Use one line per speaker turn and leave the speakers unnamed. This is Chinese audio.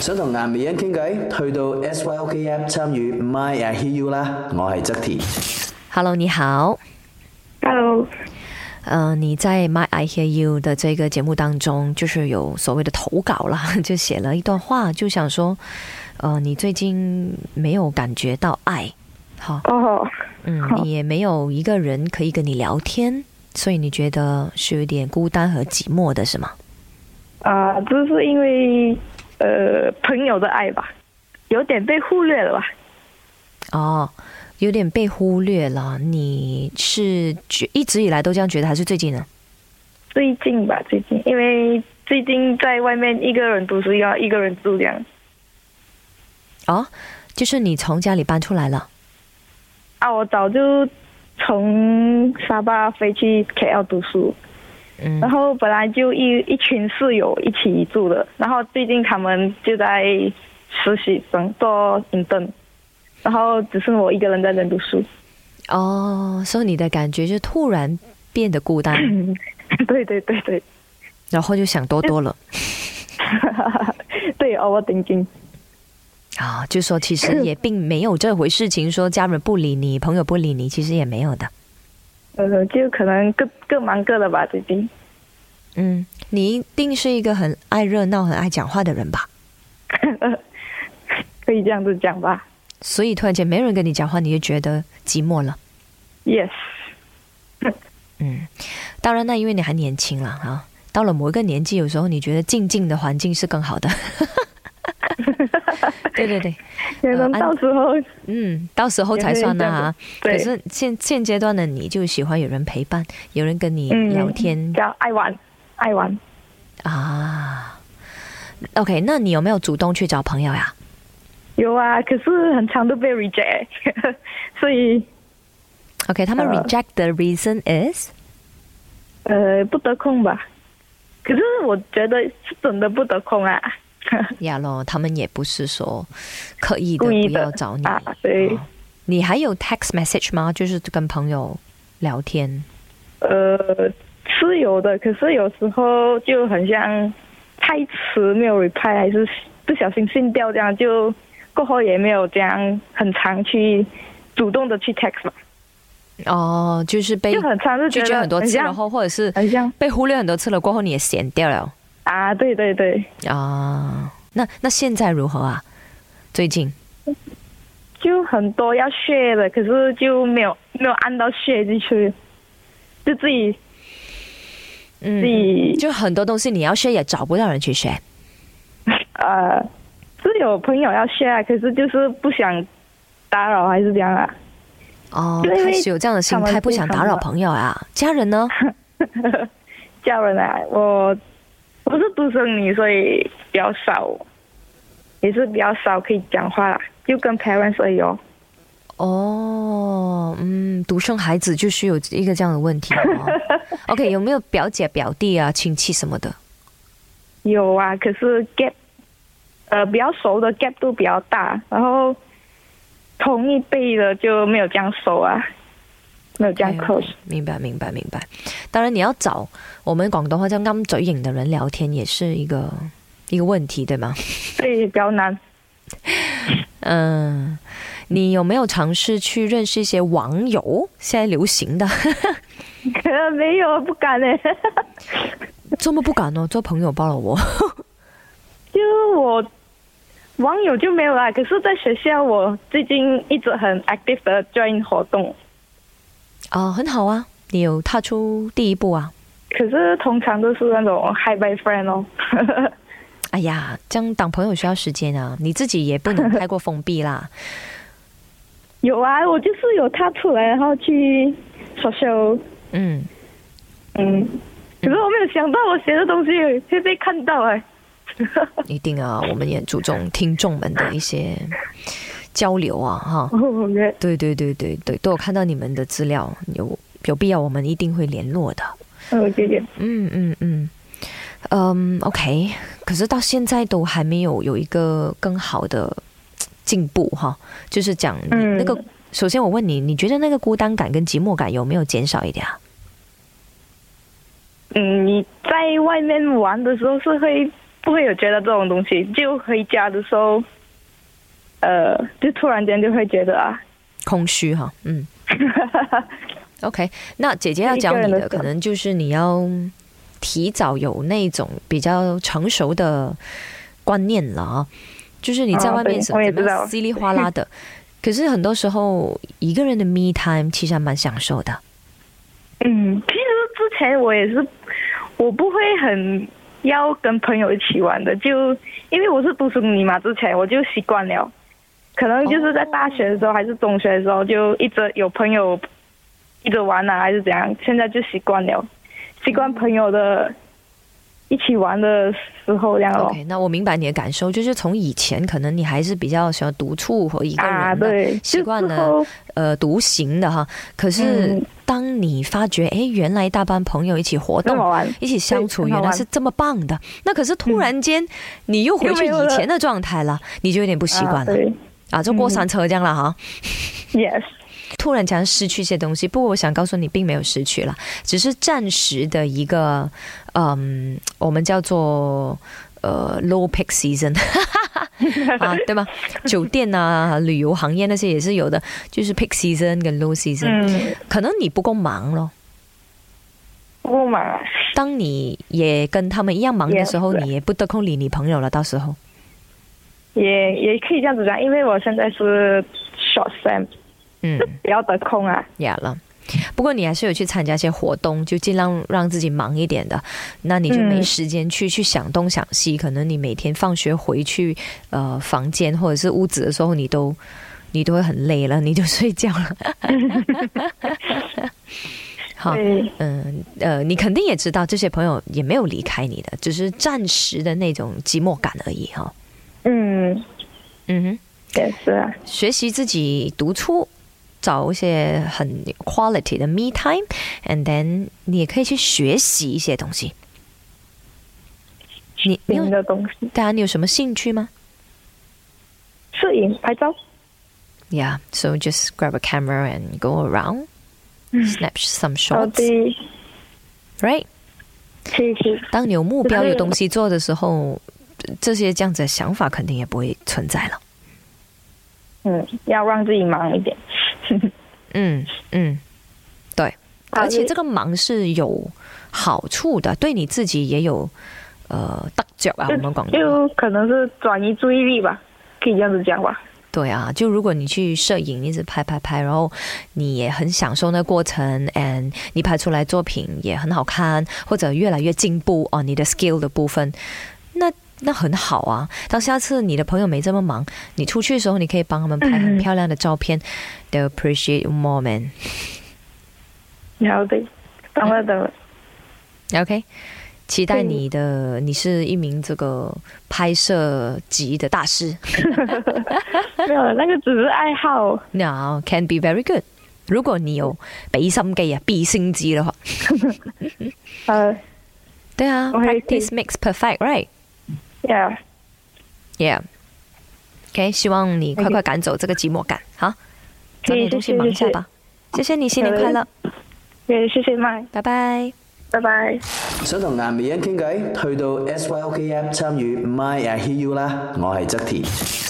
想同南美人傾偈，去到 SYOKM 參與 My I Hear You 啦，我係側田。
Hello，你好。
Hello，
呃，你在《My I Hear You》的这个节目当中，就是有所谓的投稿啦， 就写了一段话，就想说，呃，你最近没有感觉到爱，好，
哦，
嗯，
好
你也没有一个人可以跟你聊天，所以你觉得是有点孤单和寂寞的，是吗？
啊，这是因为呃朋友的爱吧，有点被忽略了吧？
哦，有点被忽略了。你是觉一直以来都这样觉得，还是最近呢？
最近吧，最近因为最近在外面一个人读书，要一个人住这样
哦，就是你从家里搬出来了。
啊。我早就从沙巴飞去 KL 读书，
嗯
然后本来就一一群室友一起住的，然后最近他们就在实习生做 intern，然后只剩我一个人在那边读书。
哦，所以你的感觉就突然变得孤单，
对对对对。
然后就想多多了
对，overthinking。
啊、就说其实也并没有这回事情，说家人不理你，朋友不理你，其实也没有的。
呃，就可能各各忙各的吧，最近。
嗯，你一定是一个很爱热闹、很爱讲话的人吧？
可以这样子讲吧。
所以突然间没人跟你讲话，你就觉得寂寞了。
Yes，
嗯，当然那因为你还年轻了啊，到了某一个年纪，有时候你觉得静静的环境是更好的。 对对对，
可能
呃安
到时候、
嗯，到时候才算呢、啊。可
对
是现现阶段的你就喜欢有人陪伴，有人跟你
嗯
聊天、
叫爱玩，爱玩。
啊。OK，那你有没有主动去找朋友啊呀？
有啊，可是很长都被 reject，所以
OK，他们
呃
reject 的 reason is
呃不得空吧。可是我觉得是真的不得空啊，
呀咯，他们也不是说刻意的
故意
不
的
要找你。
啊，对，
哦你还有 text message 吗？就是跟朋友聊天。
呃是有的，可是有时候就很像太迟没有 reply，还是不小心信掉这样，就过后也没有这样很常去主动的去 text 吧，
哦，就是被
就很常就
拒
觉得
绝很多次，
像哎
然后或者是
很像
被忽略很多次了，过后你也闲掉了
啊，对对对，
啊。那那现在如何啊？最近
就很多要学的，可是就没有没有按到学进去，就自己
嗯
自己、
就很多东西你要 share 也找不到人去 share
呃是有朋友要学啊，可是就是不想打扰还是这样啊。
哦，
对因
开
为
始有这样的心
他
态，
们
不想打扰朋友啊。家人呢？
叫人啊，我我是独生女，所以比较少，也是比较少可以讲话啦，就跟 parents 而已哦。
哦，嗯，独生孩子就是有一个这样的问题、 哦。OK，有没有表姐、表弟啊、亲戚什么的？
有啊，可是 gap，呃，比较熟的 gap 都比较大，然后同一辈的就没有这样熟啊，没有这样 close。
哎明白，明白，明白。当然，你要找我们广东话叫啱嘴型的人聊天，也是一个一个问题，对吗？
对，比较难。
嗯，你有没有尝试去认识一些网友？现在流行的，
可能没有，不敢欸嘞、
这么不敢哦，做朋友包了我。
就我网友就没有啦，可是在学校我最近一直很 active 的 join 活动，
啊、很好啊，你有踏出第一步啊！
可是通常都是那种 hi bye friend 哦。
哎呀，这样当朋友需要时间啊，你自己也不能太过封闭啦。
有啊，我就是有踏出来，然后去 social，
嗯，
嗯，可是我没有想到我写的东西会被看到哎、
一定啊，我们也注重听众们的一些交流啊，哈。
哦耶，
对对对对对，都有看到你们的资料，有有必要我们一定会联络的。
哦谢谢。
嗯嗯嗯，嗯，OK，可是到现在都还没有有一个更好的嘖进步哈，就是讲你
嗯
那个。首先，我问你，你觉得那个孤单感跟寂寞感有没有减少一点啊？
嗯，你在外面玩的时候是会不会有觉得这种东西，就回家的时候，呃，就突然间就会觉得啊，
空虚哈，嗯。OK，那姐姐要教你
一个人的
的
时候
可能就是你要提早有那种比较成熟的观念了啊，就是你在
哦
外面
对
怎
我也
怎么
知
样
道
稀里哗啦的，可是很多时候一个人的 me time 其实还蛮享受的。
嗯，其实之前我也是，我不会很要跟朋友一起玩的，就因为我是读书女嘛，之前我就习惯了，可能就是在大学的时候还是中学的时候，就一直有朋友一直玩啊，还是怎样，现在就习惯了，习惯朋友的一起玩的时候这样咯。
OK，那我明白你的感受，就是从以前可能你还是比较喜欢独处和一个人的，
啊，对，
习惯
就
了
之后
呃独行的哈。可是
嗯
当你发觉，诶，原来一大班朋友一起活
那
动
么，玩，
一起相处，
嗯对
原
很好
来
玩嗯
是这么棒的。那可是突然间，你又回去
又没有
以
了
前的状态了，你就有点不习惯
啊
了
对
啊，就过山车这样了哈。
，yes，
突然间失去一些东西，不过我想告诉你，并没有失去了，只是暂时的一个，嗯，我们叫做呃 low peak season。啊，对吧？酒店啊，旅游行业那些也是有的，就是 peak season 跟 low season，、
嗯，
可能你不够忙咯。
不嘛，
当你也跟他们一样忙的时候
Yes
你也不得空理你朋友了。到时候
也也可以这样子讲，因为我现在是 short sam。
嗯，
不要得空啊。
呀了。不过你还是有去参加一些活动，就尽量让自己忙一点的，那你就
嗯
没时间去、去想东想西。可能你每天放学回去，呃，房间或者是屋子的时候，你都你都会很累了，你就睡觉 了。好，
对，
嗯呃，你肯定也知道，这些朋友也没有离开你的，只是暂时的那种寂寞感而已哈、哦。
嗯，
嗯哼。
也是啊。
学习自己独处，找一些很 quality 的 me time，and then 你也可以去学习一些东西。你你
新
有
的东西，
大家你有什么兴趣吗
摄影、拍照，
？Yeah, so just grab a camera and go around,
嗯
snap some
到
shots,
底
right？
可以可以。
当你有目标、有东西做的时候，这些这样子的想法肯定也不会存在了。
嗯，要让自己忙一点。
嗯嗯，对，
好
而且
你
这个忙是有好处的，对你自己也有呃得着啊。我们广东话
嗯就可能是转移注意力吧，可以这样子讲吧。
对啊，就如果你去摄影一直拍拍拍，然后你也很享受那过程，and 你拍出来作品也很好看，或者越来越进步哦，你的 skill 的部分，那那很好啊。当下次你的朋友没这么忙，你出去的时候，你可以帮他们拍很
嗯
漂亮的照片、t h e y appreciate you more man。
然后对，等了 等了，
OK，期待
嗯
你的，你是一名这个拍摄级的大师。
没有了，那个只是爱好。
Now can be very good。如果你有俾心机啊，必升之嘅話，
呃
對啊
我係
，practice makes perfect，right？Yeah。
，yeah，
OK，希望你快快赶走这个寂寞感，哈，找点东西忙一下吧。谢谢你，新年快乐，
也谢谢麦，
拜拜。
拜拜。
想同顏美欣傾偈，去到 SYOK App 參與 My I Hear You 啦，我係側田。